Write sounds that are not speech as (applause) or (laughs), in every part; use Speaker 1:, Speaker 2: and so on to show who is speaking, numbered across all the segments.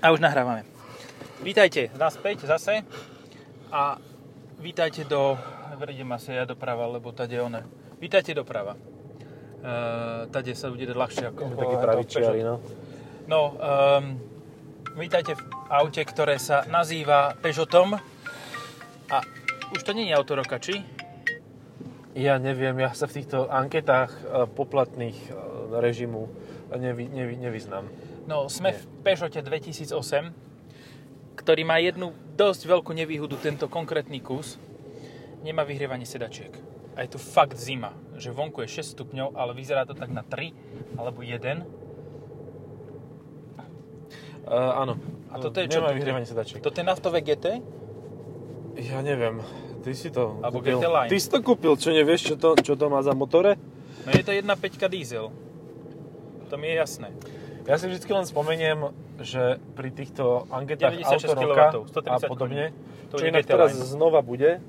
Speaker 1: A už nahrávame. Vítajte naspäť zase a vítajte do... Vredem asi ja doprava, lebo tade ona. Vítajte doprava. E, tade sa bude ľahšie ako...
Speaker 2: Taký
Speaker 1: ako
Speaker 2: pravičiari,
Speaker 1: Peugeot.
Speaker 2: no.
Speaker 1: No, um, vítajte v aute, ktoré sa nazýva Peugeotom. A už to nie je auto roka, či?
Speaker 2: Ja neviem, ja sa v týchto anketách e, poplatných e, režimu nevy, nevy, nevyznám.
Speaker 1: No, sme
Speaker 2: Nie.
Speaker 1: v Peugeote 2008, ktorý má jednu dosť veľkú nevýhodu, tento konkrétny kus. Nemá vyhrievanie sedačiek. A je tu fakt zima, že vonku je 6 stupňov, ale vyzerá to tak na 3 alebo 1.
Speaker 2: E, áno.
Speaker 1: A toto je čo?
Speaker 2: Nemá
Speaker 1: Toto-
Speaker 2: vyhrievanie sedačiek.
Speaker 1: Toto je naftové GT?
Speaker 2: Ja neviem. Ty si to
Speaker 1: Alebo
Speaker 2: kúpil.
Speaker 1: GT Line.
Speaker 2: Ty si to kúpil, čo nevieš, čo to, čo to má za motore?
Speaker 1: No je to 1.5 diesel. To mi je jasné.
Speaker 2: Ja si vždy len spomeniem, že pri týchto anketách
Speaker 1: 96
Speaker 2: auto roka
Speaker 1: kilowattov, 130
Speaker 2: a podobne,
Speaker 1: koní. To
Speaker 2: čo
Speaker 1: je
Speaker 2: inak
Speaker 1: GT
Speaker 2: teraz
Speaker 1: Line.
Speaker 2: znova bude,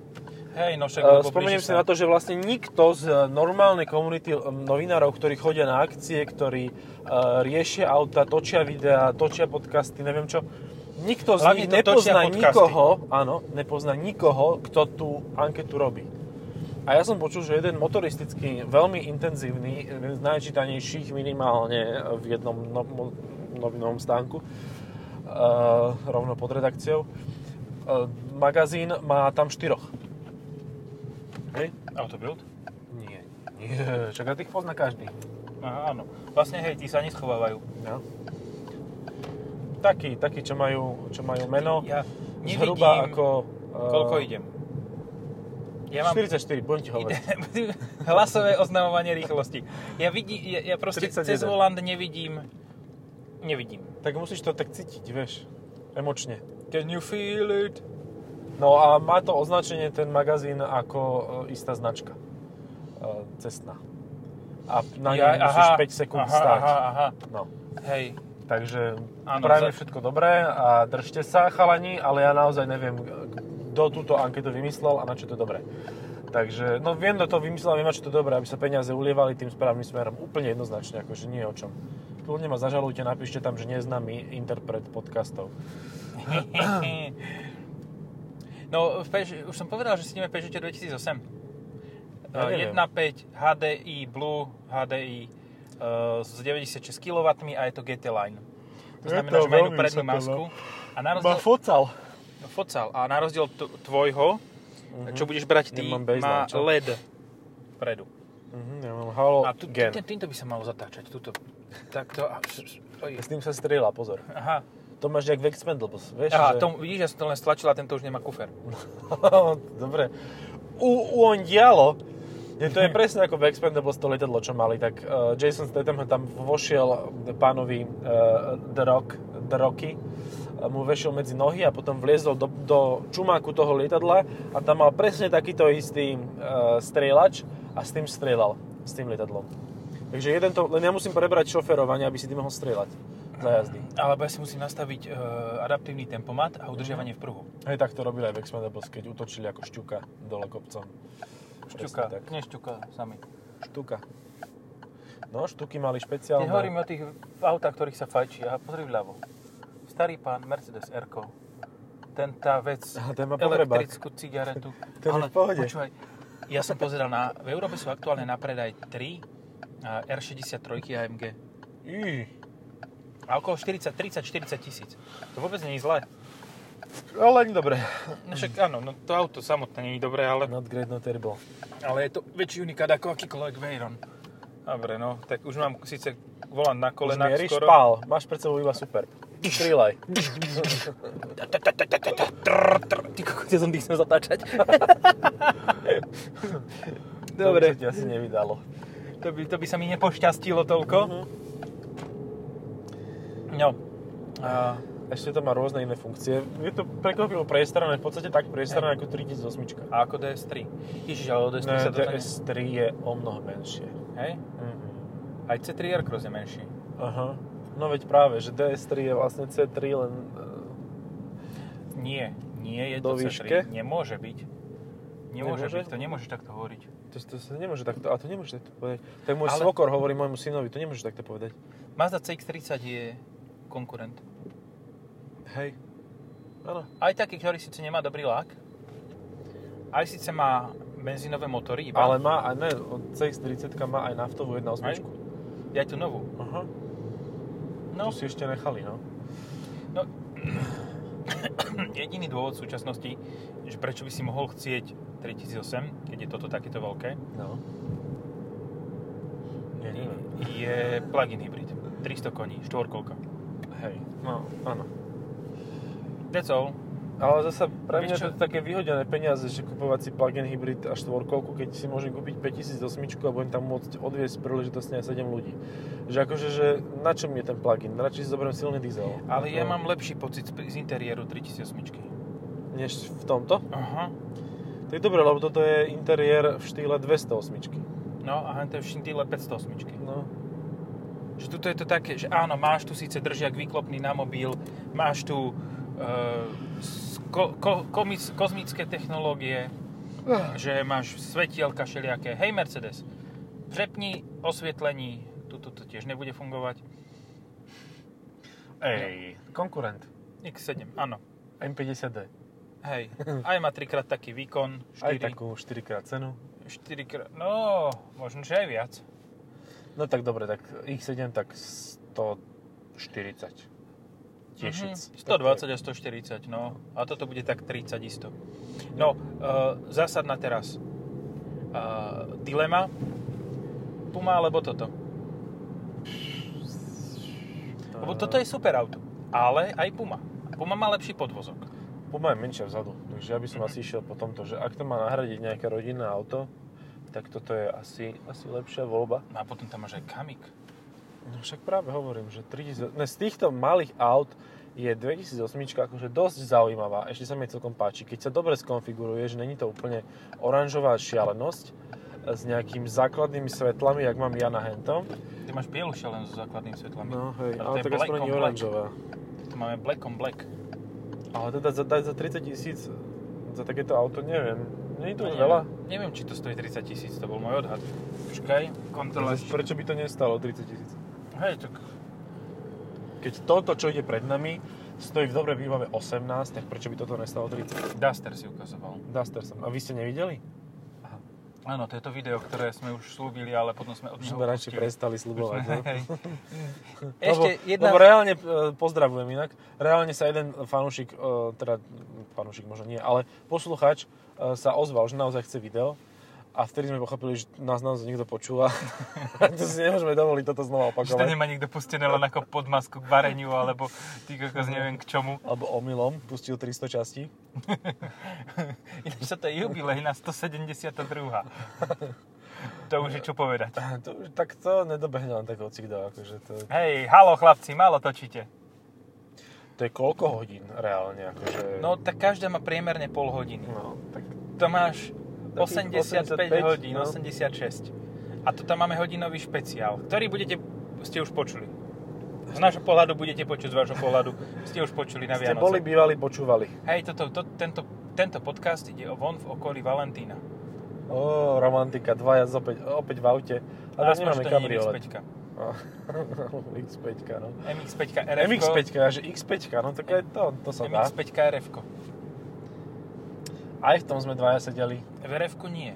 Speaker 1: Hej, no však...
Speaker 2: Uh,
Speaker 1: lebo
Speaker 2: spomeniem
Speaker 1: blíži
Speaker 2: si na to, že vlastne nikto z normálnej komunity um, novinárov, ktorí chodia na akcie, ktorí uh, riešia auta, točia videá, točia podcasty, neviem čo, nikto z
Speaker 1: Hlavne
Speaker 2: nich
Speaker 1: to točia
Speaker 2: nepozná
Speaker 1: podcasty.
Speaker 2: nikoho, áno, nepozná nikoho, kto tú anketu robí. A ja som počul, že jeden motoristický, veľmi intenzívny, jeden z najčítanejších minimálne v jednom no, mo- novinovom stánku, uh, rovno pod redakciou, uh, magazín má tam štyroch. Hej?
Speaker 1: Autobild?
Speaker 2: Nie. Nie, čak tých pozná každý.
Speaker 1: Aha, áno. Vlastne, hej, tí sa neschovávajú.
Speaker 2: No. Taký, taký, čo majú, čo majú meno.
Speaker 1: Ja nevidím,
Speaker 2: No, zhruba ako... eh,
Speaker 1: koľko idem. Ja mám
Speaker 2: 44, budem ti hovoriť.
Speaker 1: Ide- (laughs) Hlasové oznamovanie rýchlosti. Ja, vidí, ja, ja proste
Speaker 2: 31.
Speaker 1: cez volant nevidím. Nevidím.
Speaker 2: Tak musíš to tak cítiť, vieš. Emočne.
Speaker 1: Can you feel it?
Speaker 2: No a má to označenie ten magazín ako eh, istá značka. Eh, Cestná. A na nej No, musíš 5 sekúnd
Speaker 1: aha,
Speaker 2: stáť.
Speaker 1: Aha, aha,
Speaker 2: No.
Speaker 1: Hej. (clears throat)
Speaker 2: Takže
Speaker 1: Áno,
Speaker 2: áno, prajeme
Speaker 1: za-
Speaker 2: všetko dobré a držte sa chalani, ale ja naozaj neviem, kto túto anketu vymyslel a na čo to je dobré. Takže, no viem, kto to vymyslel a viem, na čo to je dobré, aby sa peniaze ulievali tým správnym smerom. Úplne jednoznačne, akože nie o čom. Kľudne ma zažalujte, napíšte tam, že neznámy interpret podcastov.
Speaker 1: No, v Peuge- už som povedal, že si ideme Peugeot 2008.
Speaker 2: Ja
Speaker 1: Eh,
Speaker 2: neviem.
Speaker 1: 1.5 HDI Blue, HDI eh, s 96 kW a je to GT Line. To
Speaker 2: Je
Speaker 1: znamená,
Speaker 2: to
Speaker 1: že má jednu
Speaker 2: veľmi
Speaker 1: prednú
Speaker 2: vysoké, no.
Speaker 1: masku. A na
Speaker 2: Má
Speaker 1: rozdiel,
Speaker 2: focal.
Speaker 1: No, Focal. A na rozdiel t- tvojho, čo budeš brať ty,
Speaker 2: Mhm. Nemám baseline,
Speaker 1: má
Speaker 2: čo?
Speaker 1: LED vpredu.
Speaker 2: Mhm, ja mám halo
Speaker 1: A tu,
Speaker 2: gen.
Speaker 1: tý, týmto by sa malo zatáčať. Tuto. Takto. a- Oj.
Speaker 2: S tým sa strieľa, pozor.
Speaker 1: Aha.
Speaker 2: To máš nejak v Expendables, vieš?
Speaker 1: Aha, tom, vidíš, ja som to len stlačila, tento už nemá kufer.
Speaker 2: (laughs) Dobre. U, on dialo. Je, to (laughs) je presne ako v Expendables to letadlo, čo mali. Tak uh, Jason Statham tam vošiel pánovi uh, The Rock, The Rocky, eh, mu vešiel medzi nohy a potom vliezol do, do čumáku toho lietadla a tam mal presne takýto istý uh, strieľač a s tým strieľal, s tým lietadlom. Takže jeden to, len ja musím prebrať šoferovanie, aby si ty mohol strieľať za jazdy.
Speaker 1: Alebo ja si musím nastaviť e, adaptívny tempomat a udržiavanie v pruhu.
Speaker 2: Hej, tak to robili aj v Expendables, keď utočili ako šťuka dole kopcom. Presne
Speaker 1: Šťuka, nie šťuka sami.
Speaker 2: Štuka. No, štuky mali
Speaker 1: Keď
Speaker 2: špeciálne.
Speaker 1: hovoríme o tých autách, ktorých sa fajčí, aha, pozri vľavo. Starý pán Mercedes r ten tá vec,
Speaker 2: Aha, ten má pohrebák.
Speaker 1: elektrickú
Speaker 2: (laughs)
Speaker 1: cigaretu.
Speaker 2: Ten je v pohode.
Speaker 1: Počúvaj, ja som pozeral na, v Európe sú aktuálne na predaj 3 R63 AMG.
Speaker 2: Í,
Speaker 1: A okolo 40, 30, 40 tisíc. To vôbec nie je zlé.
Speaker 2: ale ani dobre.
Speaker 1: No však áno, no to auto samotné nie je dobré, ale,
Speaker 2: Not great, not terrible.
Speaker 1: ale je to väčší unikát ako akýkoľvek Veyron. Dobre, no, tak už mám síce volant na
Speaker 2: Už
Speaker 1: kolenách
Speaker 2: mieríš,
Speaker 1: skoro.
Speaker 2: pál. Máš pred sebou iba super.
Speaker 1: (laughs)
Speaker 2: Strieľaj.
Speaker 1: Ty kokos, ja som tých chcel zatáčať.
Speaker 2: To by sa ti asi nevydalo.
Speaker 1: To by, to by sa mi nepošťastilo toľko.
Speaker 2: Mhm.
Speaker 1: No. A,
Speaker 2: Ešte to má rôzne iné funkcie. Je to prekvapivo priestranné, v podstate tak priestranné ako 3008.
Speaker 1: a ako DS3. Ježiš, ale o DS3
Speaker 2: Ne,
Speaker 1: sa dostane.
Speaker 2: DS3 je o mnoho menšie.
Speaker 1: Hej?
Speaker 2: Mhm.
Speaker 1: Aj C3R Cross je menší.
Speaker 2: Aha. No veď práve, že DS3 je vlastne C3 len... e,
Speaker 1: Nie, nie je
Speaker 2: Do
Speaker 1: to C3.
Speaker 2: výške?
Speaker 1: Nemôže byť. Nemôže,
Speaker 2: Nemôže?
Speaker 1: byť, to nemôžeš takto hovoriť.
Speaker 2: To, to sa nemôže takto... A to nemôže takto povedať. To je môj
Speaker 1: Ale-
Speaker 2: svokor, hovorí môjmu synovi. To nemôže takto povedať.
Speaker 1: Mazda CX-30 je konkurent.
Speaker 2: Hej. Áno.
Speaker 1: Aj taký, ktorý síce nemá dobrý lák, aj síce má benzínové motory, iba
Speaker 2: Ale má, aj ne, CX-30 má aj naftovú 1.8.
Speaker 1: Aj? ja tú novú.
Speaker 2: Aha. No.
Speaker 1: No,
Speaker 2: Tu si ešte nechali, no.
Speaker 1: no (clears throat) jediný dôvod v súčasnosti, že prečo by si mohol chcieť 3008, keď je toto takéto veľké,
Speaker 2: No. Nie, neviem.
Speaker 1: je plug-in hybrid. 300 koní, štvorkolka.
Speaker 2: Hej. No, áno.
Speaker 1: That's all.
Speaker 2: Ale zase pre
Speaker 1: Vieš
Speaker 2: mňa
Speaker 1: čo?
Speaker 2: to je také vyhodené peniaze, že kupovať si plug-in hybrid a štvorkolku, keď si môžem kúpiť 5008 a budem tam môcť odviesť príležitosne aj 7 ľudí. Že akože, že na čo mi je ten plug-in? Radšej si zoberiem silný diesel.
Speaker 1: Ale ja
Speaker 2: No.
Speaker 1: mám lepší pocit z z interiéru 3008.
Speaker 2: Než v tomto?
Speaker 1: Aha.
Speaker 2: Tak dobre, lebo toto je interiér v štýle 208.
Speaker 1: No a to je v šindíle 508.
Speaker 2: No.
Speaker 1: Že tuto je to také, že áno, máš tu síce držiak výklopný na mobil, máš tu e, s- ko, ko, komis, kozmické technológie,
Speaker 2: Ah.
Speaker 1: že máš svetielka všelijaké. Hej Mercedes, přepni osvietlení, tu, tu, to tiež nebude fungovať. Ej,
Speaker 2: Konkurent.
Speaker 1: X7, áno.
Speaker 2: M50D. (laughs)
Speaker 1: Hej, aj má trikrát taký výkon, 4,
Speaker 2: Aj takú 4 krát cenu.
Speaker 1: 4 krát, no, možno, že aj viac.
Speaker 2: No tak dobre, tak X7 tak 140 tisíc.
Speaker 1: Mhm, 120 a 140, no. A toto bude tak 30 isto. No, uh, zásad na teraz. Uh, dilema. Puma alebo toto. Lebo
Speaker 2: Eh.
Speaker 1: toto je super auto. Ale aj Puma. Puma má lepší podvozok.
Speaker 2: Puma je menšia vzadu, takže ja by
Speaker 1: Mhm.
Speaker 2: som asi išiel po tomto, že ak to má nahradiť nejaké rodinné auto, tak toto je asi, asi lepšia voľba.
Speaker 1: No a potom tam máš aj Kamik.
Speaker 2: No však práve hovorím, že 3000, ne, z týchto malých aut je 2008 akože dosť zaujímavá, ešte sa mi celkom páči. Keď sa dobre skonfiguruje, že není to úplne oranžová šialenosť e, s nejakým základnými svetlami, jak mám ja na hentom.
Speaker 1: Ty máš bielu šelen so základnými svetlami.
Speaker 2: No hej,
Speaker 1: Ale to
Speaker 2: ale,
Speaker 1: je
Speaker 2: tak
Speaker 1: black
Speaker 2: aspoň
Speaker 1: on
Speaker 2: nie
Speaker 1: black.
Speaker 2: oranžová.
Speaker 1: Tu máme Black on Black.
Speaker 2: Ale teda za, dať za 30 tisíc za takéto auto, neviem. Není to
Speaker 1: No
Speaker 2: už
Speaker 1: Neviem-
Speaker 2: veľa?
Speaker 1: Neviem, či to stojí 30 tisíc, to bol môj odhad. Počkaj, kontrola.
Speaker 2: Zas Prečo by to nestalo 30 tisíc?
Speaker 1: Hej, tak
Speaker 2: Keď toto, čo ide pred nami, stojí v dobrej výbave 18, tak prečo by toto nestalo 30?
Speaker 1: Duster si ukazoval.
Speaker 2: Duster som. A vy ste nevideli?
Speaker 1: Áno, to je to video, ktoré sme už slúbili, ale potom sme od
Speaker 2: Už
Speaker 1: neho
Speaker 2: sme radšej
Speaker 1: upustili.
Speaker 2: prestali slubovať. no.
Speaker 1: Hej. Ešte
Speaker 2: lebo,
Speaker 1: jedna...
Speaker 2: Lebo reálne, e, pozdravujem inak, reálne sa jeden fanúšik, e, teda fanúšik možno nie, ale posluchač e, sa ozval, že naozaj chce video a vtedy sme pochopili, že nás naozaj niekto počúva. (laughs) to si nemôžeme dovoliť toto
Speaker 1: Že
Speaker 2: znova
Speaker 1: to
Speaker 2: opakovať.
Speaker 1: nemá nikto pustené len ako podmasku k vareniu, alebo ty kokos neviem k čomu.
Speaker 2: Alebo omylom pustil 300 častí.
Speaker 1: Ináč sa to je jubilej na 172. To už je čo povedať.
Speaker 2: To, už- tak to nedobehne len tak hocikdo, akože to,
Speaker 1: Hej, halo chlapci, málo točíte.
Speaker 2: to je koľko hodín reálne, akože...
Speaker 1: No tak každá má priemerne pol hodiny.
Speaker 2: no tak
Speaker 1: To máš
Speaker 2: Takých
Speaker 1: 85,
Speaker 2: 85,
Speaker 1: hodín,
Speaker 2: no.
Speaker 1: 86. A tu tam máme hodinový špeciál, ktorý budete, ste už počuli. Z nášho pohľadu budete počuť, z vášho pohľadu ste už počuli na
Speaker 2: ste
Speaker 1: Vianoce.
Speaker 2: boli, bývali, počúvali.
Speaker 1: Hej, toto, to, tento, tento podcast ide o von v okolí Valentína.
Speaker 2: Ó, romantika, dvaja opäť, opäť v aute. A teraz
Speaker 1: to nie
Speaker 2: nemáme
Speaker 1: je
Speaker 2: kabriolet.
Speaker 1: X5.
Speaker 2: (laughs) X5, no.
Speaker 1: MX5 RF.
Speaker 2: MX5, že X5, no tak aj to, to sa dá.
Speaker 1: MX5 RF.
Speaker 2: Aj v tom sme dvaja sedeli.
Speaker 1: V RF nie.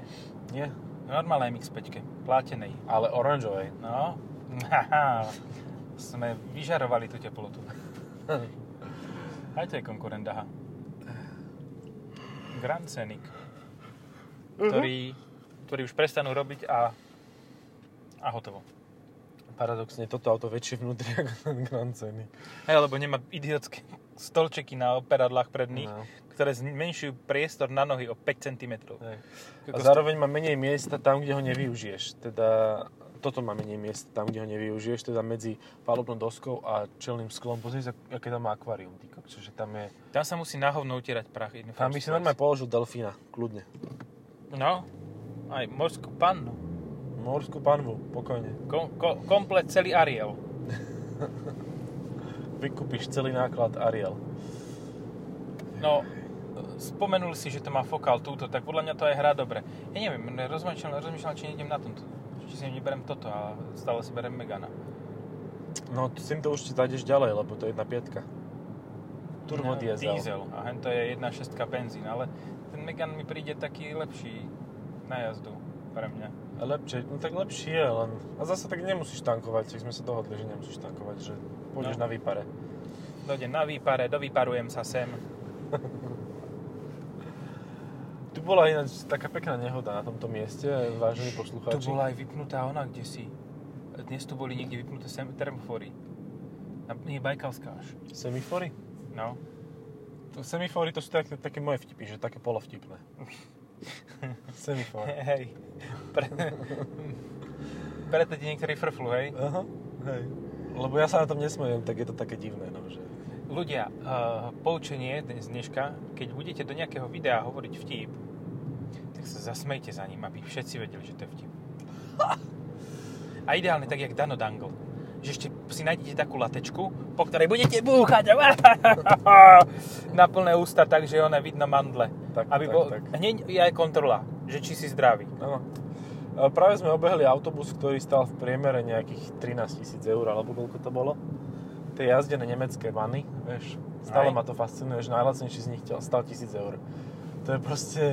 Speaker 2: Nie,
Speaker 1: Normálne MX5. Plátenej.
Speaker 2: ale oranžovej.
Speaker 1: No. (laughs) Haha. Sme vyžarovali tú teplotu. Aj to je konkurent, aha. Grand Scenic.
Speaker 2: Mhm.
Speaker 1: Ktorý, ktorý už prestanú robiť a, a hotovo.
Speaker 2: Paradoxne, toto auto väčšie vnútri (laughs) ako ten Grand Scenic.
Speaker 1: Hej, lebo nemá idiotské stolčeky na operadlách predných, no.
Speaker 2: No.
Speaker 1: ktoré zmenšujú priestor na nohy o 5 cm.
Speaker 2: Hej. A
Speaker 1: Kokos,
Speaker 2: zároveň má menej miesta tam, kde ho nevyužiješ. Teda toto má menej miesta tam, kde ho nevyužiješ, teda medzi palubnou doskou a čelným sklom. Pozri sa, aké tam má akvárium, ty kokčo, že tam je...
Speaker 1: Tam sa musí na hovno utierať prach. in
Speaker 2: Tam
Speaker 1: first
Speaker 2: by si
Speaker 1: place.
Speaker 2: normálne položil delfína, kľudne.
Speaker 1: No, aj morskú pannu.
Speaker 2: Morskú panvu, pokojne.
Speaker 1: Ko- ko- komplet celý Ariel.
Speaker 2: Vykúpiš celý náklad Ariel.
Speaker 1: No, spomenuli si, že to má fokál túto, tak podľa mňa to aj hrá dobre. Ja neviem, rozmýšľam, rozmýšľam či nejdem na tomto. Či si neberem toto a stále si berem Megana.
Speaker 2: No, s týmto už ti zájdeš ďalej, lebo to je jedna pietka. turbodiesel.
Speaker 1: diesel. A hen to je 1.6 benzín, ale ten Megan mi príde taký lepší na jazdu pre mňa.
Speaker 2: A Lepšie, no tak lepšie je len. A zase tak nemusíš tankovať, tak sme sa dohodli, že nemusíš tankovať, že pôjdeš
Speaker 1: No.
Speaker 2: na výpare.
Speaker 1: Dojdem na výpare, dovyparujem sa sem.
Speaker 2: Tu bola ináč taká pekná nehoda na tomto mieste, vážení poslucháči.
Speaker 1: Tu bola aj vypnutá ona, kde si. Dnes tu boli niekde vypnuté sem termofory. Na, nie, Bajkalská až.
Speaker 2: Semifory?
Speaker 1: No.
Speaker 2: To Semifory to sú také, také moje vtipy, že také (laughs) polovtipné. Semifory.
Speaker 1: Hej. (laughs) Pre... Preto ti niektorí frflu, hej?
Speaker 2: Aha, hej. Lebo ja sa na tom nesmejem, tak je to také divné, no, že...
Speaker 1: Ľudia, uh, poučenie dnes dneška, keď budete do nejakého videa hovoriť vtip, tak sa zasmejte za ním, aby všetci vedeli, že to je vtip. A ideálne tak, jak Dano Dangle. Že ešte si nájdete takú latečku, po ktorej budete búchať (laughs) na plné ústa, takže ona vidno mandle.
Speaker 2: Tak,
Speaker 1: aby
Speaker 2: tak,
Speaker 1: bol,
Speaker 2: tak.
Speaker 1: Hneď je aj kontrola, že či si zdravý.
Speaker 2: Áno. A Práve sme obehli autobus, ktorý stal v priemere nejakých 13 tisíc eur, alebo koľko to bolo. Tie jazdené nemecké vany, vieš,
Speaker 1: Aj.
Speaker 2: stále ma to fascinuje, že najlacnejší z nich ťa- stal 1000 eur. To je proste...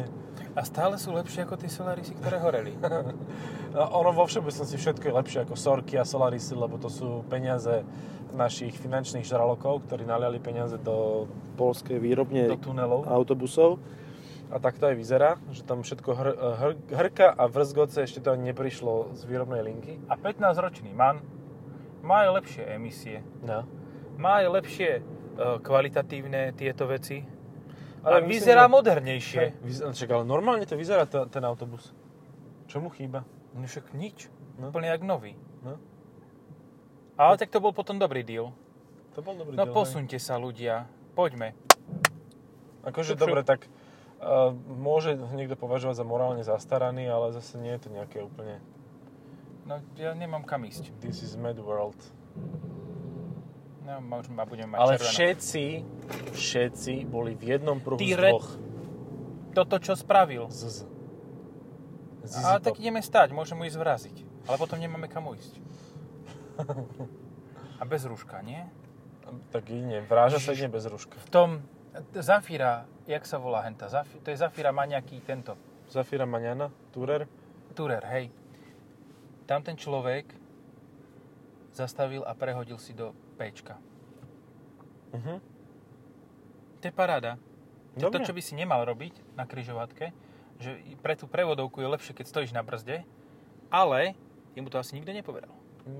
Speaker 1: A stále sú lepšie ako tie Solarisy, ktoré
Speaker 2: (laughs)
Speaker 1: horeli.
Speaker 2: No, ono vo všeobecnosti všetko je lepšie ako Sorky a Solarisy, lebo to sú peniaze našich finančných žralokov, ktorí naliali peniaze do,
Speaker 3: polskej výrobne
Speaker 2: do tunelov.
Speaker 3: autobusov.
Speaker 2: A tak to aj vyzerá, že tam všetko hr, hr, hrka a vrzgoce ešte to ani neprišlo z výrobnej linky.
Speaker 1: A 15-ročný man má aj lepšie emisie,
Speaker 2: No.
Speaker 1: má aj lepšie e, kvalitatívne tieto veci,
Speaker 2: Ale
Speaker 1: ale a
Speaker 2: myslím,
Speaker 1: vyzerá
Speaker 2: že-
Speaker 1: modernejšie.
Speaker 2: Vyzerá, no čak, ale normálne to vyzerá ta, ten autobus. Čo mu chýba?
Speaker 1: No však nič,
Speaker 2: No.
Speaker 1: úplne jak nový.
Speaker 2: No.
Speaker 1: Ale tak to bol potom dobrý deal.
Speaker 2: To bol dobrý
Speaker 1: No
Speaker 2: deal, hej.
Speaker 1: posunte sa ľudia, poďme.
Speaker 2: Akože
Speaker 1: Šup, šup.
Speaker 2: dobre, tak uh, môže ho niekto považovať za morálne zastaraný, ale zase nie je to nejaké úplne
Speaker 1: No ja nemám kam ísť.
Speaker 2: this is mad world.
Speaker 1: No, ma už ma budem mať
Speaker 2: Ale
Speaker 1: červenú.
Speaker 2: všetci, všetci boli v jednom pruhu
Speaker 1: Ty
Speaker 2: z
Speaker 1: re-
Speaker 2: dvoch.
Speaker 1: Toto, čo spravil.
Speaker 2: Z, z. Z,
Speaker 1: A tak ideme stať, môžem mu ísť vraziť. Ale potom nemáme kam
Speaker 2: (laughs)
Speaker 1: ísť. A bez rúška, nie?
Speaker 2: tak jedine, vráža sa jedine bez rúška.
Speaker 1: V tom t- Zafira, jak sa volá henta? Zafi, to je Zafira, má nejaký tento
Speaker 2: Zafira Maňana, Turer.
Speaker 1: turer, hej. Tam ten človek zastavil a prehodil si do Pčka.
Speaker 2: Uh-huh.
Speaker 1: To je paráda. To, je to,
Speaker 2: Dobre.
Speaker 1: čo by si nemal robiť na kryžovatke, že i pre tú prevodovku je lepšie, keď stojíš na brzde, ale jemu to asi nikto nepovedal.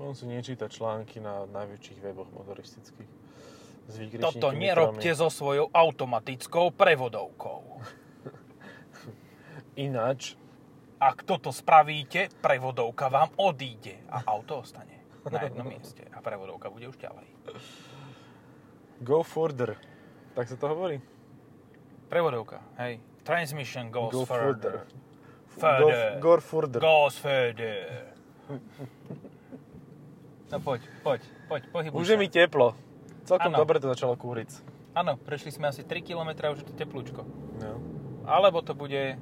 Speaker 2: On si nečíta články na najväčších weboch motoristických. S výkričníkmi,
Speaker 1: Toto nerobte
Speaker 2: ktorými-
Speaker 1: so svojou automatickou prevodovkou.
Speaker 2: Ináč,
Speaker 1: Ak toto spravíte, prevodovka vám odíde a auto ostane na jednom mieste a prevodovka bude už ďalej.
Speaker 2: go further. Tak sa to hovorí?
Speaker 1: Prevodovka, hej. Transmission goes
Speaker 2: go
Speaker 1: further.
Speaker 2: Go,
Speaker 1: Further.
Speaker 2: go further.
Speaker 1: Goes further. No poď, poď, poď, pohybuj
Speaker 2: Už je
Speaker 1: sa.
Speaker 2: mi teplo. Celkom
Speaker 1: Áno.
Speaker 2: dobre to začalo kúriť.
Speaker 1: Áno, prešli sme asi 3 km a už je to teplúčko.
Speaker 2: No.
Speaker 1: Alebo to bude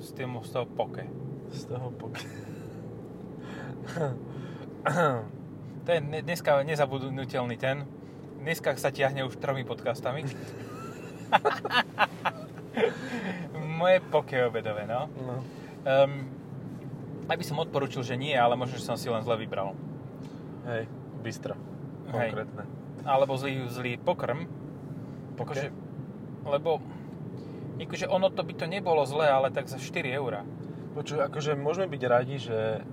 Speaker 1: s tým z toho poke.
Speaker 2: Z toho pok...
Speaker 1: (laughs) To je ne- dneska nezabudnutelný ten. Dneska sa ťahne už tromi podcastami. (laughs) Moje poke obedové, no.
Speaker 2: no.
Speaker 1: Um, aby som odporučil, že nie, ale možno, že som si len zle vybral.
Speaker 2: Hej, bystra.
Speaker 1: Hej.
Speaker 2: Konkrétne.
Speaker 1: Alebo zlý, zlý pokrm.
Speaker 2: Poke?
Speaker 1: Akože, lebo akože ono to by to nebolo zlé, ale tak za 4 eurá.
Speaker 2: Počuj, akože môžeme byť radi, že eh,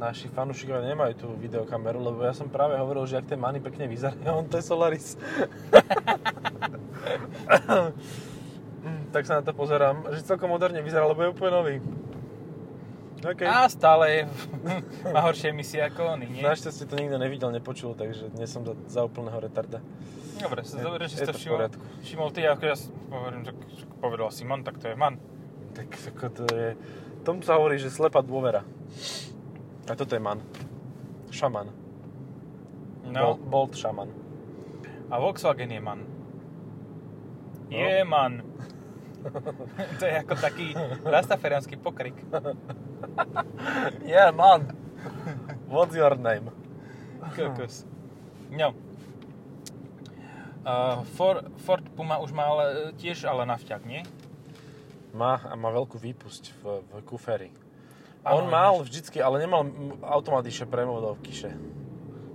Speaker 2: naši fanúšikovia nemajú tú videokameru, lebo ja som práve hovoril, že ak ten Manny pekne vyzerá, (laughs) a on to je Solaris. (laughs) Mm, tak sa na to pozerám, že celkom moderne vyzerá, lebo je úplne nový. OK.
Speaker 1: A stále je, (laughs) má horšie emisie ako oni, nie?
Speaker 2: Našťastie to nikto nevidel, nepočul, takže dnes som za, za úplného retarda.
Speaker 1: Dobre, sa
Speaker 2: Je-
Speaker 1: dobre, že si to
Speaker 2: je to v
Speaker 1: všimol.
Speaker 2: poriadku.
Speaker 1: Všimol ty, ako ja si hovorím, tak tak povedal si man, tak to je man.
Speaker 2: Tak ako to je... Tomu sa hovorí, že slepá dôvera. A toto je man. Šaman.
Speaker 1: No,
Speaker 2: Bolt, Bolt šaman.
Speaker 1: a Volkswagen je man.
Speaker 2: No.
Speaker 1: Je man. (laughs) to je ako taký rastaferiánsky pokrik.
Speaker 2: Yeah, man. What's your name?
Speaker 1: Kokos. No. Uh, Ford, Ford Puma už má ale, eh, tiež ale nafťak, nie?
Speaker 2: Má a má veľkú výpusť v, v kuferi. A
Speaker 1: Áno,
Speaker 2: on mal vždycky, ale nemal m, automat išiel prevodovkyše.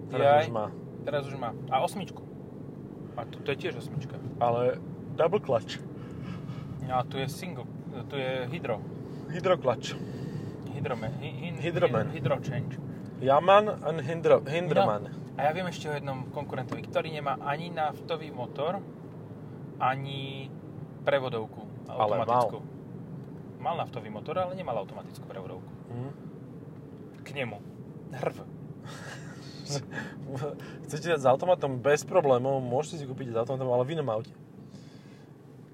Speaker 1: Jaj.
Speaker 2: Teraz už má.
Speaker 1: Teraz už má. A osmičku. A tu, to je tiež osmička. No,
Speaker 2: Ale double clutch.
Speaker 1: A tu je single. eh, Tu je hydro.
Speaker 2: Hydroklač.
Speaker 1: Hydrome, hy, hy,
Speaker 2: Hydroman.
Speaker 1: Hydro change.
Speaker 2: Jaman and hindro, Hinderman. No.
Speaker 1: A ja viem ešte o jednom konkurentovi, ktorý nemá ani naftový motor, ani prevodovku
Speaker 2: Ale
Speaker 1: automatickú. mal. naftový motor, ale nemal automatickú prevodovku.
Speaker 2: Hm.
Speaker 1: K nemu. Hrv.
Speaker 2: Chcete dať s automatom bez problémov, môžete si kúpiť s automatom, ale v inom aute.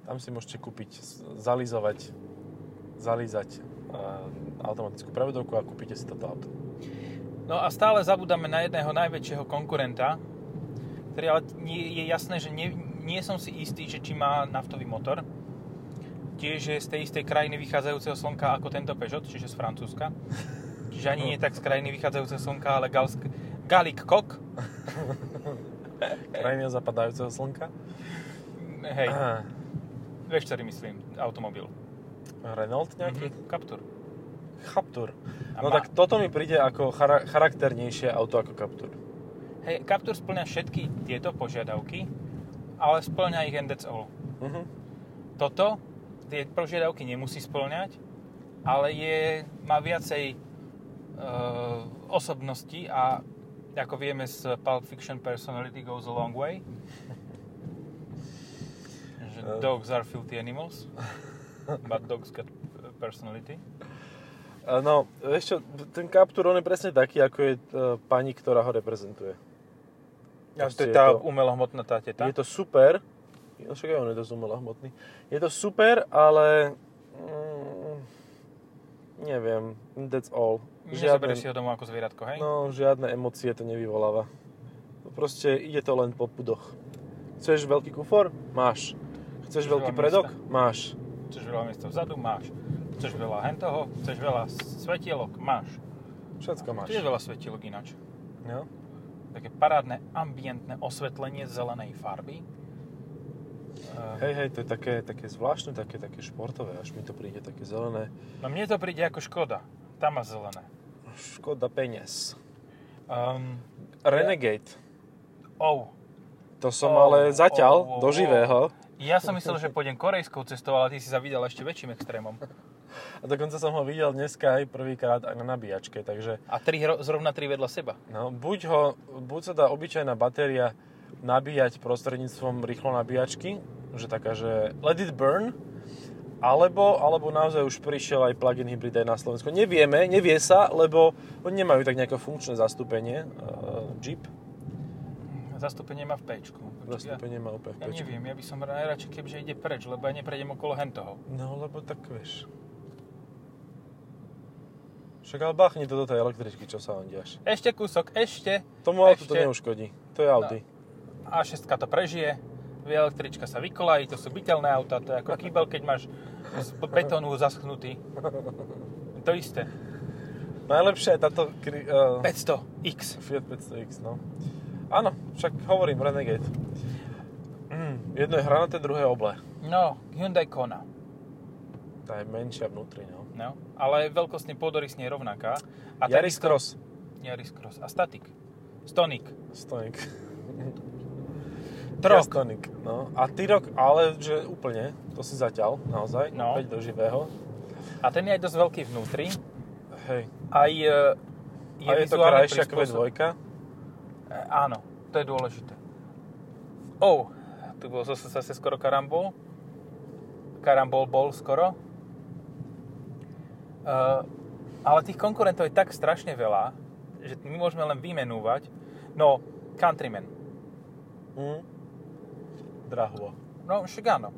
Speaker 2: Tam si môžete kúpiť, s- zalizovať, zalízať uh, automatickú prevodovku a kúpite si toto auto.
Speaker 1: No a stále zabudáme na jedného najväčšieho konkurenta, ktorý ale nie, je jasné, že nie, nie som si istý, že či má naftový motor. Tiež je z tej istej krajiny vychádzajúceho slnka ako tento Peugeot, čiže z Francúzska. Čiže ani nie tak z krajiny vychádzajúceho slnka, ale Galsk, Galik Kok.
Speaker 2: Krajina zapadajúceho slnka.
Speaker 1: Hej, vieš, ktorý myslím, automobil.
Speaker 2: Renault nejaký?
Speaker 1: Mhm, Captur.
Speaker 2: Captur.
Speaker 1: A
Speaker 2: No
Speaker 1: má-
Speaker 2: tak toto mi príde ako chara- charakternejšie auto ako Captur.
Speaker 1: Hej, Captur splňa všetky tieto požiadavky, ale splňa ich and that's all.
Speaker 2: Mhm.
Speaker 1: toto tie požiadavky nemusí splňať, ale je, má viacej e, osobnosti a ako vieme z Pulp Fiction Personality Goes a Long (laughs) Way, že
Speaker 2: Eh.
Speaker 1: dogs are filthy animals, but dogs get personality.
Speaker 2: E, No, vieš čo, ten Captur, on je presne taký, ako je e, pani, ktorá ho reprezentuje.
Speaker 1: A to
Speaker 2: Proste
Speaker 1: je
Speaker 2: je
Speaker 1: tá
Speaker 2: to-
Speaker 1: umelohmotná tá teta.
Speaker 2: Je to super, no však aj on je dosť umelohmotný. Je to super, ale... Mm, neviem, that's all.
Speaker 1: Nezoberieš si ho domov ako zvieratko, hej?
Speaker 2: no, žiadne emócie to nevyvoláva. Proste ide to len po pudoch. Chceš veľký kufor? Máš. Chceš
Speaker 1: Chceš
Speaker 2: veľký
Speaker 1: veľa
Speaker 2: predok?
Speaker 1: miesta?
Speaker 2: Máš.
Speaker 1: Chceš veľa miesta vzadu? Máš. Chceš veľa hentoho? Chceš veľa svetielok? Máš.
Speaker 2: Všetko máš.
Speaker 1: Tu je veľa svetielok ináč.
Speaker 2: No.
Speaker 1: také parádne ambientné osvetlenie zelenej farby. Ehm, Hej.
Speaker 2: Hej, hej, to je také, také zvláštne, také, také športové, až mi to príde také zelené.
Speaker 1: No mne to príde ako škoda. Tam má zelené.
Speaker 2: Škoda peniaz.
Speaker 1: Um,
Speaker 2: Renegade.
Speaker 1: oh.
Speaker 2: To som
Speaker 1: Oh,
Speaker 2: ale
Speaker 1: oh,
Speaker 2: zatiaľ
Speaker 1: oh,
Speaker 2: do
Speaker 1: oh.
Speaker 2: živého.
Speaker 1: Ja som myslel, že pôjdem korejskou cestou, ale ty si sa videl ešte väčším extrémom.
Speaker 2: A dokonca som ho videl dneska aj prvýkrát aj na nabíjačke, takže
Speaker 1: A tri, hro- zrovna tri vedľa seba.
Speaker 2: no, buď, ho, buď sa dá obyčajná batéria nabíjať prostredníctvom rýchlo nabíjačky, že taká, že let it burn, alebo, alebo naozaj už prišiel aj plug-in hybrid aj na Slovensku. Nevieme, nevie sa, lebo oni nemajú tak nejaké funkčné zastúpenie. Uh, Jeep
Speaker 1: Zastúpenie má v pečku.
Speaker 2: zastúpenie má úplne v
Speaker 1: Ja, ja
Speaker 2: pečku.
Speaker 1: neviem, ja by som najradšej, kebyže ide preč, lebo ja neprejdem okolo hentoho.
Speaker 2: No, lebo tak vieš. Však ale bachni to do tej električky, čo sa on diaš.
Speaker 1: Ešte kúsok, ešte.
Speaker 2: Tomu autu to
Speaker 1: Ešte- No. neuškodí.
Speaker 2: neuškodí. To je Audi.
Speaker 1: A6 to prežije, električka sa vykolají, to sú bytelné auta, to je ako kýbel, keď máš z betónu zaschnutý. To isté.
Speaker 2: Najlepšia je táto kri- uh,
Speaker 1: 500X.
Speaker 2: Fiat 500X, no. Áno, však hovorím, Renegade. Mm, jedno je hranaté, druhé je oblé.
Speaker 1: No, Hyundai Kona.
Speaker 2: Tá je menšia vnútri, no.
Speaker 1: No, ale veľkostný pôdorys nie je rovnaká. A
Speaker 2: Yaris
Speaker 1: takisto-
Speaker 2: Cross.
Speaker 1: Yaris Cross. A Static. Stonic.
Speaker 2: Stonik.
Speaker 1: Trok.
Speaker 2: Stonik, no. A Tyrok, ale že úplne, to si zatiaľ, naozaj.
Speaker 1: No.
Speaker 2: Opäť do živého.
Speaker 1: A ten je aj dosť veľký vnútri.
Speaker 2: Hej.
Speaker 1: Aj e,
Speaker 2: Je, a je to
Speaker 1: vizuálne
Speaker 2: krajšia
Speaker 1: prispôsob-
Speaker 2: Q2.
Speaker 1: E, Áno, to je dôležité. Oh, tu bol zase, zase skoro karambol. Karambol bol skoro. Uh, ale tých konkurentov je tak strašne veľa, že my môžeme len vymenúvať. No, Countryman.
Speaker 2: Mm. Drahvo.
Speaker 1: No, však áno.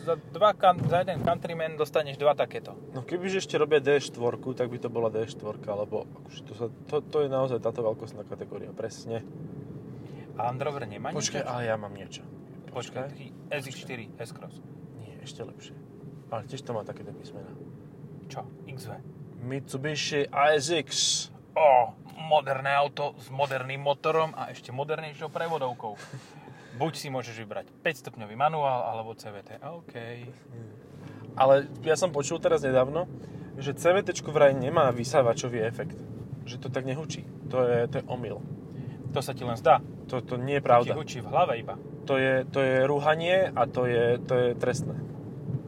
Speaker 1: Za, dva, kan- za jeden Countryman dostaneš dva takéto.
Speaker 2: No kebyže ešte robia D4, tak by to bola D4, lebo akože to, sa, to, to je naozaj táto veľkostná kategória, presne.
Speaker 1: A Land Rover nemá
Speaker 2: Počkaj,
Speaker 1: niečo?
Speaker 2: ale ja mám niečo.
Speaker 1: Počkaj, tri- SX4, S-Cross.
Speaker 2: Nie, ešte lepšie. Ale tiež to má takéto písmena.
Speaker 1: Čo? XV.
Speaker 2: Mitsubishi ASX.
Speaker 1: O, moderné auto s moderným motorom a ešte modernejšou prevodovkou. Buď si môžeš vybrať 5-stupňový manuál alebo CVT. OK.
Speaker 2: Ale ja som počul teraz nedávno, že CVT vraj nemá vysávačový efekt. Že to tak nehučí. To je, to je omyl.
Speaker 1: To sa ti len zdá.
Speaker 2: To, to nie je
Speaker 1: Ti
Speaker 2: pravda.
Speaker 1: hučí v hlave iba.
Speaker 2: To je, to je rúhanie a to je, to je trestné.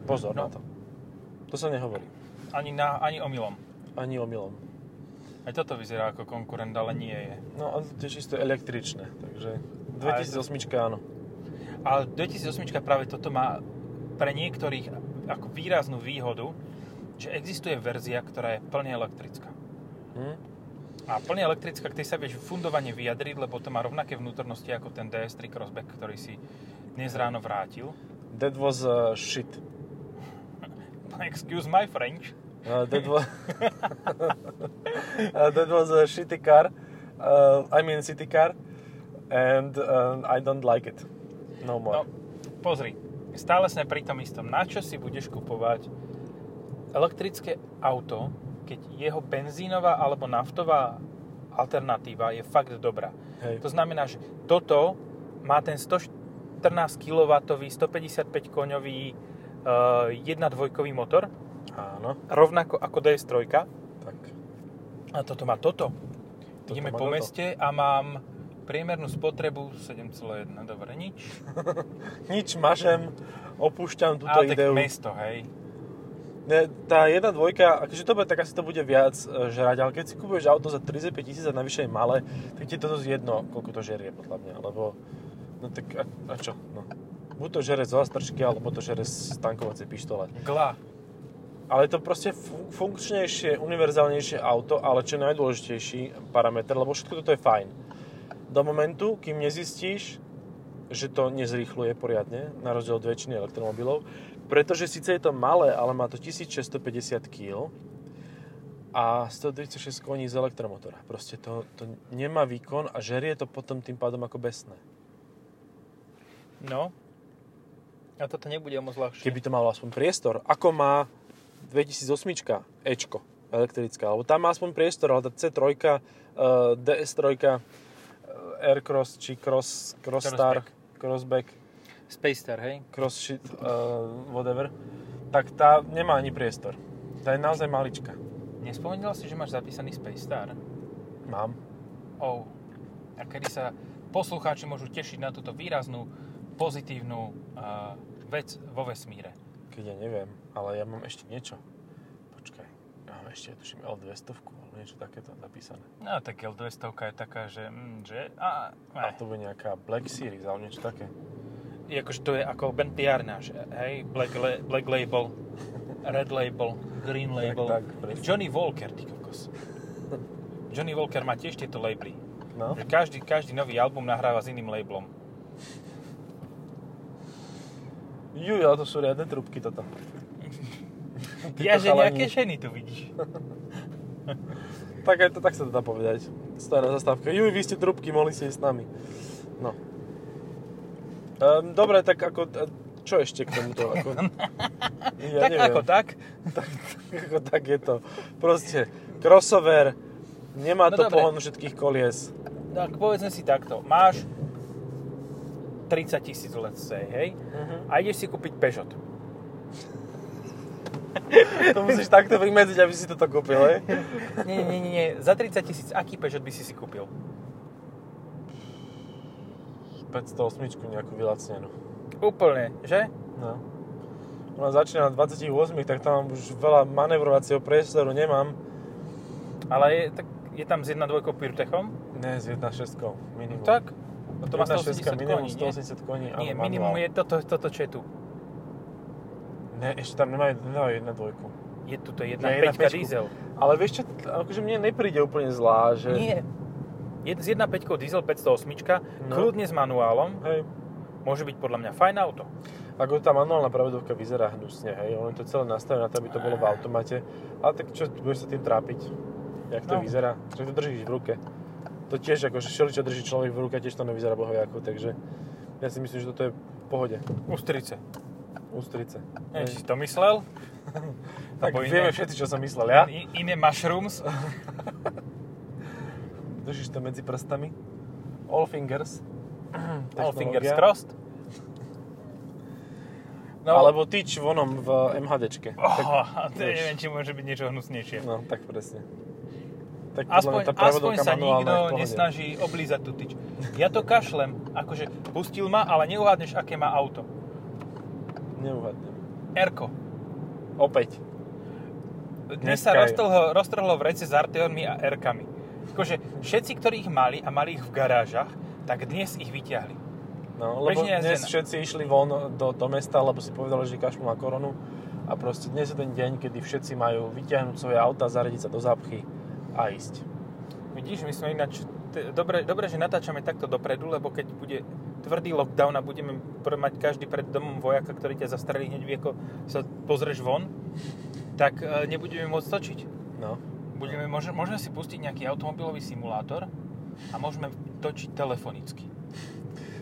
Speaker 2: Pozor
Speaker 1: No.
Speaker 2: na to. To sa nehovorí.
Speaker 1: Ani, na, ani omylom.
Speaker 2: Ani omylom.
Speaker 1: Aj toto vyzerá ako konkurent, ale nie je.
Speaker 2: No a to je čisto električné, takže 2008 áno.
Speaker 1: Ale 2008 práve toto má pre niektorých ako výraznú výhodu, že existuje verzia, ktorá je plne elektrická.
Speaker 2: Hm?
Speaker 1: A plne elektrická, k tej sa vieš fundovane vyjadriť, lebo to má rovnaké vnútornosti ako ten DS3 Crossback, ktorý si dnes ráno vrátil.
Speaker 2: That was uh, shit.
Speaker 1: No, Excuse my French.
Speaker 2: Uh, that was... uh, that was (laughs) a shitty car. Uh, I mean city car. And uh, I don't like it. No
Speaker 1: No,
Speaker 2: more.
Speaker 1: pozri, stále sme pri tom istom. Na čo si budeš kupovať elektrické auto, keď jeho benzínová alebo naftová alternatíva je fakt dobrá?
Speaker 2: Hej.
Speaker 1: To znamená, že toto má ten 114 kW, 155 koňový, 1.2 motor,
Speaker 2: Áno,
Speaker 1: rovnako ako DS3.
Speaker 2: tak.
Speaker 1: A toto má toto.
Speaker 2: Toto
Speaker 1: Ideme
Speaker 2: má
Speaker 1: po
Speaker 2: toto.
Speaker 1: meste a mám priemernú spotrebu 7,1. Dobre, nič.
Speaker 2: Nič mažem, opúšťam túto
Speaker 1: Ale tak
Speaker 2: No ideu.
Speaker 1: mesto, hej.
Speaker 2: Ne, tá jedna dvojka, akože dobre, tak asi to bude viac e, žrať, ale keď si kúpuješ auto za 35 tisíc a navyše je malé, tak ti je to dosť jedno, koľko to žerie, podľa mňa, lebo, no tak a, a čo, no. Buď to žere z lastrčky, alebo to žere z tankovacej pištole.
Speaker 1: Gla.
Speaker 2: Ale je to proste fu- funkčnejšie, univerzálnejšie auto, ale čo je najdôležitejší parameter, lebo všetko toto je fajn. Do momentu, kým nezistíš, že to nezrýchluje poriadne, na rozdiel od väčšiny elektromobilov, pretože síce je to malé, ale má to 1650 kg a 136 koní z elektromotora. Proste to, to nemá výkon a žerie to potom tým pádom ako besné.
Speaker 1: No. A toto nebude o moc ľahšie.
Speaker 2: Keby to malo aspoň priestor, ako má 2008 Ečko elektrická, alebo tam má aspoň priestor, ale tá C3, eh, DS3, eh, Aircross či eh, Cross, Crossstar, Crossback,
Speaker 1: Space Star, hej?
Speaker 2: Cross shit, eh, whatever, tak tá nemá ani priestor. Tá je naozaj malička.
Speaker 1: Nespomínal si, že máš zapísaný Space Star?
Speaker 2: Mám.
Speaker 1: Oh. A kedy sa poslucháči môžu tešiť na túto výraznú, pozitívnu uh, vec vo vesmíre.
Speaker 2: Keď ja neviem, ale ja mám ešte niečo. Počkaj, ja mám ešte, ja tuším, L200 alebo niečo takéto napísané.
Speaker 1: No tak L200 je taká, že... Mm, že a, eh.
Speaker 2: A
Speaker 1: a,
Speaker 2: to bude nejaká Black Series alebo niečo také.
Speaker 1: akože to je ako Ben PR náš, hej? Black, la- black Label, Red Label, Green Label.
Speaker 2: tak, presne.
Speaker 1: Johnny Walker, ty kokos. Johnny Walker má tiež tieto labely.
Speaker 2: No.
Speaker 1: Že každý, každý nový album nahráva s iným labelom.
Speaker 2: Juj, ale to sú riadne trubky toto. Títo
Speaker 1: Ja, že
Speaker 2: No, chalani.
Speaker 1: nejaké ženy tu vidíš.
Speaker 2: Tak, aj to, tak sa to dá povedať. Stará zastávka. Juj, vy ste trubky, mohli ste ísť s nami. No. Um, dobre, tak ako... t- Čo ešte k tomuto? Ako,
Speaker 1: (laughs)
Speaker 2: ja
Speaker 1: tak
Speaker 2: neviem.
Speaker 1: ako tak.
Speaker 2: (laughs) ako tak je to. Proste, crossover, nemá
Speaker 1: No
Speaker 2: to
Speaker 1: dobre.
Speaker 2: pohon všetkých kolies.
Speaker 1: Tak povedzme si takto. Máš 30 tisíc let's say, hej?
Speaker 2: Mhm.
Speaker 1: A ideš si kúpiť Peugeot.
Speaker 2: To musíš takto vymedziť, aby si toto kúpil, hej?
Speaker 1: Nie, nie, nie, nie. Za 30 tisíc aký Peugeot by si si kúpil?
Speaker 2: 508 nejakú vylacnenú.
Speaker 1: Úplne, že?
Speaker 2: No. Ona začína na 28, tak tam už veľa manevrovacieho priestoru nemám.
Speaker 1: Ale je, tak, je tam s 1.2 Pyrtechom?
Speaker 2: Ne, s 1.6 minimum.
Speaker 1: Tak. No to má
Speaker 2: 1.6
Speaker 1: 180
Speaker 2: minimum,
Speaker 1: koní, nie?
Speaker 2: 180 koní,
Speaker 1: Nie,
Speaker 2: áno,
Speaker 1: minimum
Speaker 2: manuál.
Speaker 1: je toto, toto, čo je tu.
Speaker 2: Ne, ešte tam nemajú, nemajú jedna dvojku.
Speaker 1: Je tu to 1.5
Speaker 2: Nie, 1.5.
Speaker 1: diesel.
Speaker 2: Ale vieš čo, t- akože mne nepríde úplne zlá, že...
Speaker 1: Nie. Je s 1.5 diesel 508,
Speaker 2: No.
Speaker 1: kľudne s manuálom,
Speaker 2: Hej,
Speaker 1: môže byť podľa mňa fajn auto.
Speaker 2: ako tá manuálna pravidovka vyzerá hnusne, hej, ono je to celé nastavené na to, aby to bolo v automate. Ale tak čo, budeš sa tým trápiť? Jak to
Speaker 1: No.
Speaker 2: vyzerá? Čo to držíš v ruke? To tiež, akože všeli, čo drží človek v ruke, tiež to nevyzerá bohoviako, takže ja si myslím, že toto je v pohode.
Speaker 1: Ústrice.
Speaker 2: Ústrice.
Speaker 1: Neviem, či
Speaker 2: Hej.
Speaker 1: si to myslel?
Speaker 2: Tak
Speaker 1: Alebo
Speaker 2: vieme
Speaker 1: iné,
Speaker 2: všetci, čo som myslel, ja?
Speaker 1: i- iné mushrooms.
Speaker 2: Držíš to medzi prstami. All fingers.
Speaker 1: (clears throat) All fingers
Speaker 2: Technológia.
Speaker 1: crossed.
Speaker 2: No. Alebo tyč vonom v MHDčke.
Speaker 1: Oh, to
Speaker 2: vieš.
Speaker 1: neviem, či môže byť niečo hnusnejšie.
Speaker 2: No, tak presne. Tak podľa mňa
Speaker 1: Aspoň,
Speaker 2: tá
Speaker 1: aspoň
Speaker 2: prevodovka
Speaker 1: sa
Speaker 2: manuálna
Speaker 1: nikto
Speaker 2: je v pohode.
Speaker 1: nesnaží oblízať tú tyč. Ja to kašlem, akože pustil ma, ale neuhádneš, aké má auto.
Speaker 2: Neuhadnem.
Speaker 1: Erko.
Speaker 2: Opäť.
Speaker 1: Dnes sa
Speaker 2: Dneska je-
Speaker 1: roztrhlo, roztrhlo v rece s Arteonmi a Erkami. Akože všetci, ktorí ich mali a mali ich v garážach, tak dnes ich vyťahli.
Speaker 2: No, lebo
Speaker 1: Bežne
Speaker 2: dnes
Speaker 1: jazdená.
Speaker 2: všetci išli von do, do mesta, lebo si povedali, že kašľú na koronu. A proste dnes je ten deň, kedy všetci majú vyťahnuť svoje auta, zaradiť sa do zápchy a ísť.
Speaker 1: Vidíš, my sme ináč... T- dobre, dobre, že natáčame takto dopredu, lebo keď bude tvrdý lockdown a budeme pr- mať každý pred domom vojaka, ktorý ťa zastrelí hneď, ako sa pozrieš von, tak e, nebudeme môcť točiť.
Speaker 2: No.
Speaker 1: Budeme, môže, môžeme si pustiť nejaký automobilový simulátor a môžeme točiť telefonicky.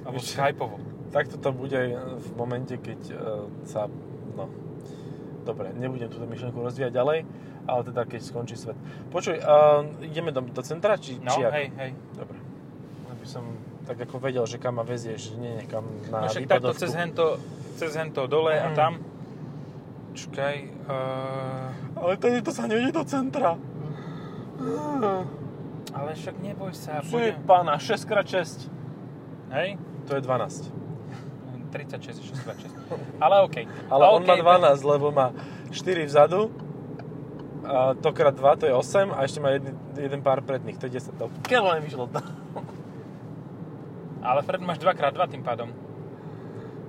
Speaker 1: Alebo
Speaker 2: Ešte-
Speaker 1: skypovo.
Speaker 2: Tak toto bude v momente, keď eh, sa... No. Dobre, nebudem túto myšlienku rozvíjať ďalej, ale teda keď skončí svet. Počuj, uh, ideme do, do centra, či,
Speaker 1: No,
Speaker 2: či ako?
Speaker 1: hej, hej.
Speaker 2: Dobre. Aby som tak ako vedel, že kam ma vezieš, že nie niekam
Speaker 1: No
Speaker 2: na
Speaker 1: však takto
Speaker 2: výpadovku.
Speaker 1: cez hento, cez hento dole a
Speaker 2: Mm.
Speaker 1: tam. Čakaj. Uh,
Speaker 2: Ale tady to sa nejde do centra.
Speaker 1: ale však neboj sa.
Speaker 2: Čo
Speaker 1: Bude,
Speaker 2: je pána 6x6?
Speaker 1: hej?
Speaker 2: To je 12.
Speaker 1: 36, 626. Ale OK.
Speaker 2: Ale okay, on
Speaker 1: OK,
Speaker 2: má 12, lebo má 4 vzadu, a to krát 2, to je 8 a ešte má jeden, jeden pár predných, to je 10. To keľo nevyšlo to.
Speaker 1: Ale Fred máš 2x2 tým pádom.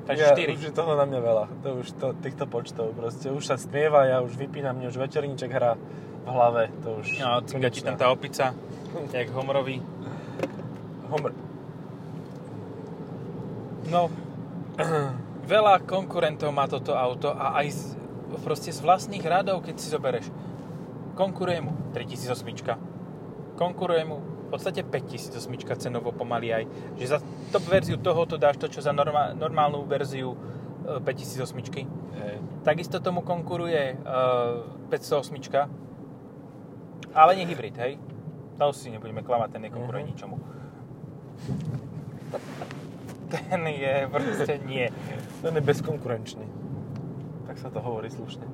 Speaker 1: Takže
Speaker 2: ja,
Speaker 1: 4.
Speaker 2: Už je toho na mňa veľa, to už to, týchto počtov proste. Už sa stmieva, ja už vypínam, mne už večerníček hrá v hlave, to už...
Speaker 1: No, cinga ti
Speaker 2: konečná.
Speaker 1: tam tá opica,
Speaker 2: (laughs)
Speaker 1: jak Homerovi.
Speaker 2: Homr.
Speaker 1: No, (clears throat) veľa konkurentov má toto auto a aj z, proste z vlastných radov, keď si zobereš. Konkuruje mu 3008, konkuruje mu v podstate 5008 cenovo pomaly aj, že za top verziu tohoto dáš to, čo za norma, normálnu verziu e, 5008.
Speaker 2: Hej.
Speaker 1: Takisto tomu konkuruje e, 508, ale nie hybrid, hej? To si nebudeme klamať, ten nekonkuruje
Speaker 2: Mhm.
Speaker 1: ničomu. Ten je proste nie.
Speaker 2: Ten je bezkonkurenčný. Tak sa to hovorí slušne.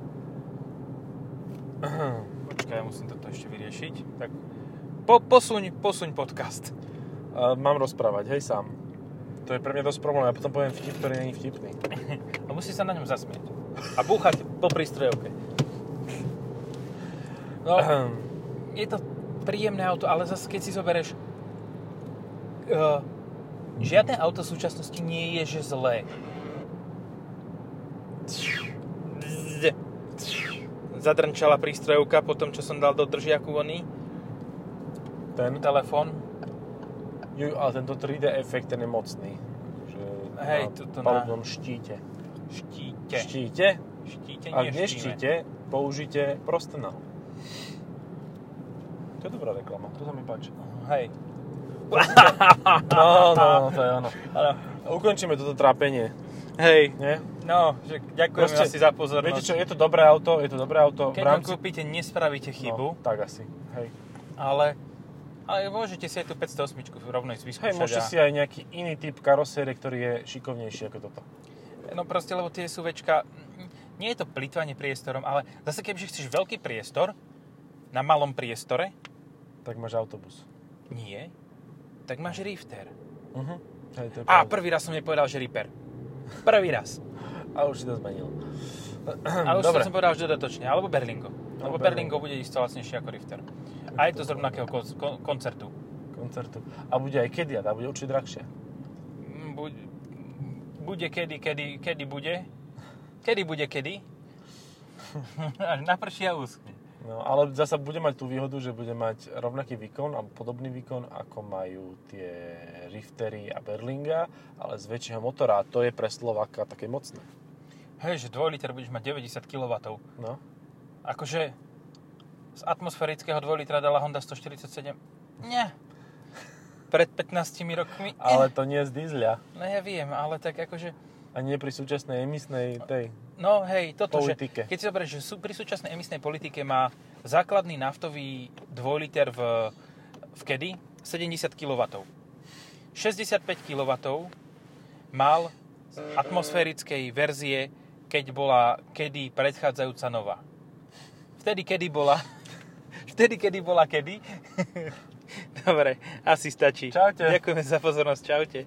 Speaker 2: (clears throat)
Speaker 1: Počkaj, ja musím toto ešte vyriešiť. Tak po, posuň, posuň podcast.
Speaker 2: A mám rozprávať, hej, sám. To je pre mňa dosť problém, ja potom poviem vtip, ktorý není vtipný. (clears throat)
Speaker 1: A musí sa na ňom zasmieť. A búchať po prístrojovke. (clears throat) No, je to príjemné auto, ale zase keď si zoberieš... Uh, žiadne auto v súčasnosti nie je, že zlé. Zadrnčala prístrojovka po tom, čo som dal do držiaku oný
Speaker 2: Ten,
Speaker 1: telefón.
Speaker 2: ju, ale tento 3D efekt, ten je mocný. Že
Speaker 1: Hej,
Speaker 2: na
Speaker 1: toto na-
Speaker 2: palubnom štíte.
Speaker 1: Štíte.
Speaker 2: Štíte?
Speaker 1: Štíte,
Speaker 2: Ak
Speaker 1: nie štíme.
Speaker 2: neštíte, použite prostnal. To je dobrá reklama, to sa mi páči.
Speaker 1: Hej.
Speaker 2: No, no, no, to je ono.
Speaker 1: Áno.
Speaker 2: Ukončíme toto trápenie,
Speaker 1: Hej.
Speaker 2: nie?
Speaker 1: No, že ďakujem
Speaker 2: Proste,
Speaker 1: asi za
Speaker 2: Viete
Speaker 1: pozornosť.
Speaker 2: čo, je to dobré auto, je to dobré auto.
Speaker 1: Keď
Speaker 2: v rámci...
Speaker 1: ho kúpite, nespravíte chybu,
Speaker 2: No, tak asi, hej.
Speaker 1: ale, ale môžete si aj tú 508 rovno ísť vyskúšať.
Speaker 2: Hej, môžete
Speaker 1: a-
Speaker 2: si aj nejaký iný typ karosérie, ktorý je šikovnejší ako toto.
Speaker 1: No proste, lebo tie SUVčka, mm, nie je to plýtvanie priestorom, ale zase kebyže chceš veľký priestor, na malom priestore,
Speaker 2: Tak máš autobus.
Speaker 1: nie, tak máš Rifter.
Speaker 2: Uh-huh. Hej, to je
Speaker 1: A
Speaker 2: pravda.
Speaker 1: prvý raz som nepovedal, že Reaper. Prvý raz.
Speaker 2: A už si to zmenil.
Speaker 1: Ale už
Speaker 2: Dobre.
Speaker 1: som povedal, že dodatočne. Alebo Berlingo. Lebo
Speaker 2: Alebo
Speaker 1: Berlingo bude isto lacnejšie ako Rifter. A je to z rovnakého kon- kon- koncertu.
Speaker 2: Koncertu. A bude aj kedy, a bude určite drahšia.
Speaker 1: Mm, Buď, bude kedy, kedy, kedy bude. Kedy bude kedy. Až naprší a uschne.
Speaker 2: No, ale zasa bude mať tú výhodu, že bude mať rovnaký výkon alebo podobný výkon, ako majú tie Riftery a Berlinga, ale z väčšieho motora. A to je pre Slováka také mocné.
Speaker 1: Hej, že 2 liter budeš mať 90 kW.
Speaker 2: No.
Speaker 1: Akože z atmosférického 2 litra dala Honda 147. Nie. Pred 15 rokmi.
Speaker 2: Ale to nie z dizľa.
Speaker 1: No ja viem, ale tak akože...
Speaker 2: A nie pri súčasnej emisnej tej.
Speaker 1: No hej, toto, že
Speaker 2: Politike.
Speaker 1: keď si zoberieš, že sú, pri súčasnej emisnej politike má základný naftový dvojliter v, v kedy? 70 kW. 65 kW mal z atmosférickej verzie, keď bola kedy predchádzajúca nová. Vtedy, kedy bola... (laughs) Vtedy, kedy (laughs) bola kedy. Dobre, asi stačí.
Speaker 2: Čaute.
Speaker 1: Ďakujeme za pozornosť. Čaute.